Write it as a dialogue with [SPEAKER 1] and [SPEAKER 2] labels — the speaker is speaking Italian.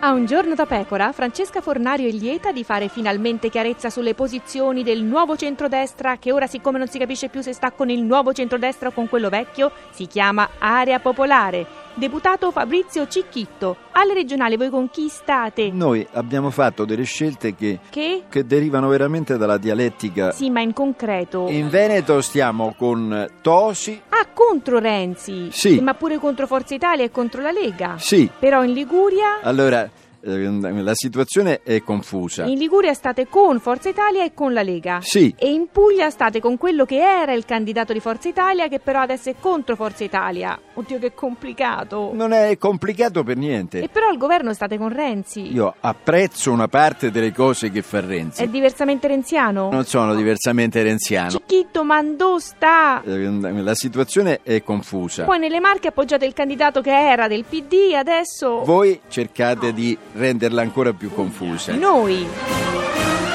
[SPEAKER 1] A un giorno da pecora, Francesca Fornario è lieta di fare finalmente chiarezza sulle posizioni del nuovo centrodestra che ora siccome non si capisce più se sta con il nuovo centrodestra o con quello vecchio, si chiama Area Popolare. Deputato Fabrizio Cicchitto, alle regionali voi conquistate
[SPEAKER 2] Noi abbiamo fatto delle scelte che,
[SPEAKER 1] che?
[SPEAKER 2] che derivano veramente dalla dialettica.
[SPEAKER 1] Sì, ma in concreto.
[SPEAKER 2] In Veneto stiamo con Tosi,
[SPEAKER 1] Ah, contro Renzi.
[SPEAKER 2] Sì.
[SPEAKER 1] Ma pure contro Forza Italia e contro la Lega.
[SPEAKER 2] sì, Ah,
[SPEAKER 1] Però in Liguria
[SPEAKER 2] allora ehm, la situazione è confusa.
[SPEAKER 1] In Liguria state con Forza Italia e con la Lega.
[SPEAKER 2] Sì,
[SPEAKER 1] E in Puglia state con quello che era il candidato di Forza Italia, che però adesso è contro Forza Italia. Oddio, che complicato!
[SPEAKER 2] non è complicato per
[SPEAKER 1] E
[SPEAKER 2] niente.
[SPEAKER 1] però al governo state con Renzi.
[SPEAKER 2] Io apprezzo una parte delle cose che fa
[SPEAKER 1] È
[SPEAKER 2] Renzi.
[SPEAKER 1] diversamente renziano?
[SPEAKER 2] Non sono diversamente renziano.
[SPEAKER 1] Cicchitto Mandò sta.
[SPEAKER 2] Ehm, La situazione è confusa.
[SPEAKER 1] Poi nelle Marche appoggiate il candidato che era del PD, adesso.
[SPEAKER 2] Voi cercate di renderla ancora più confusa.
[SPEAKER 1] Noi.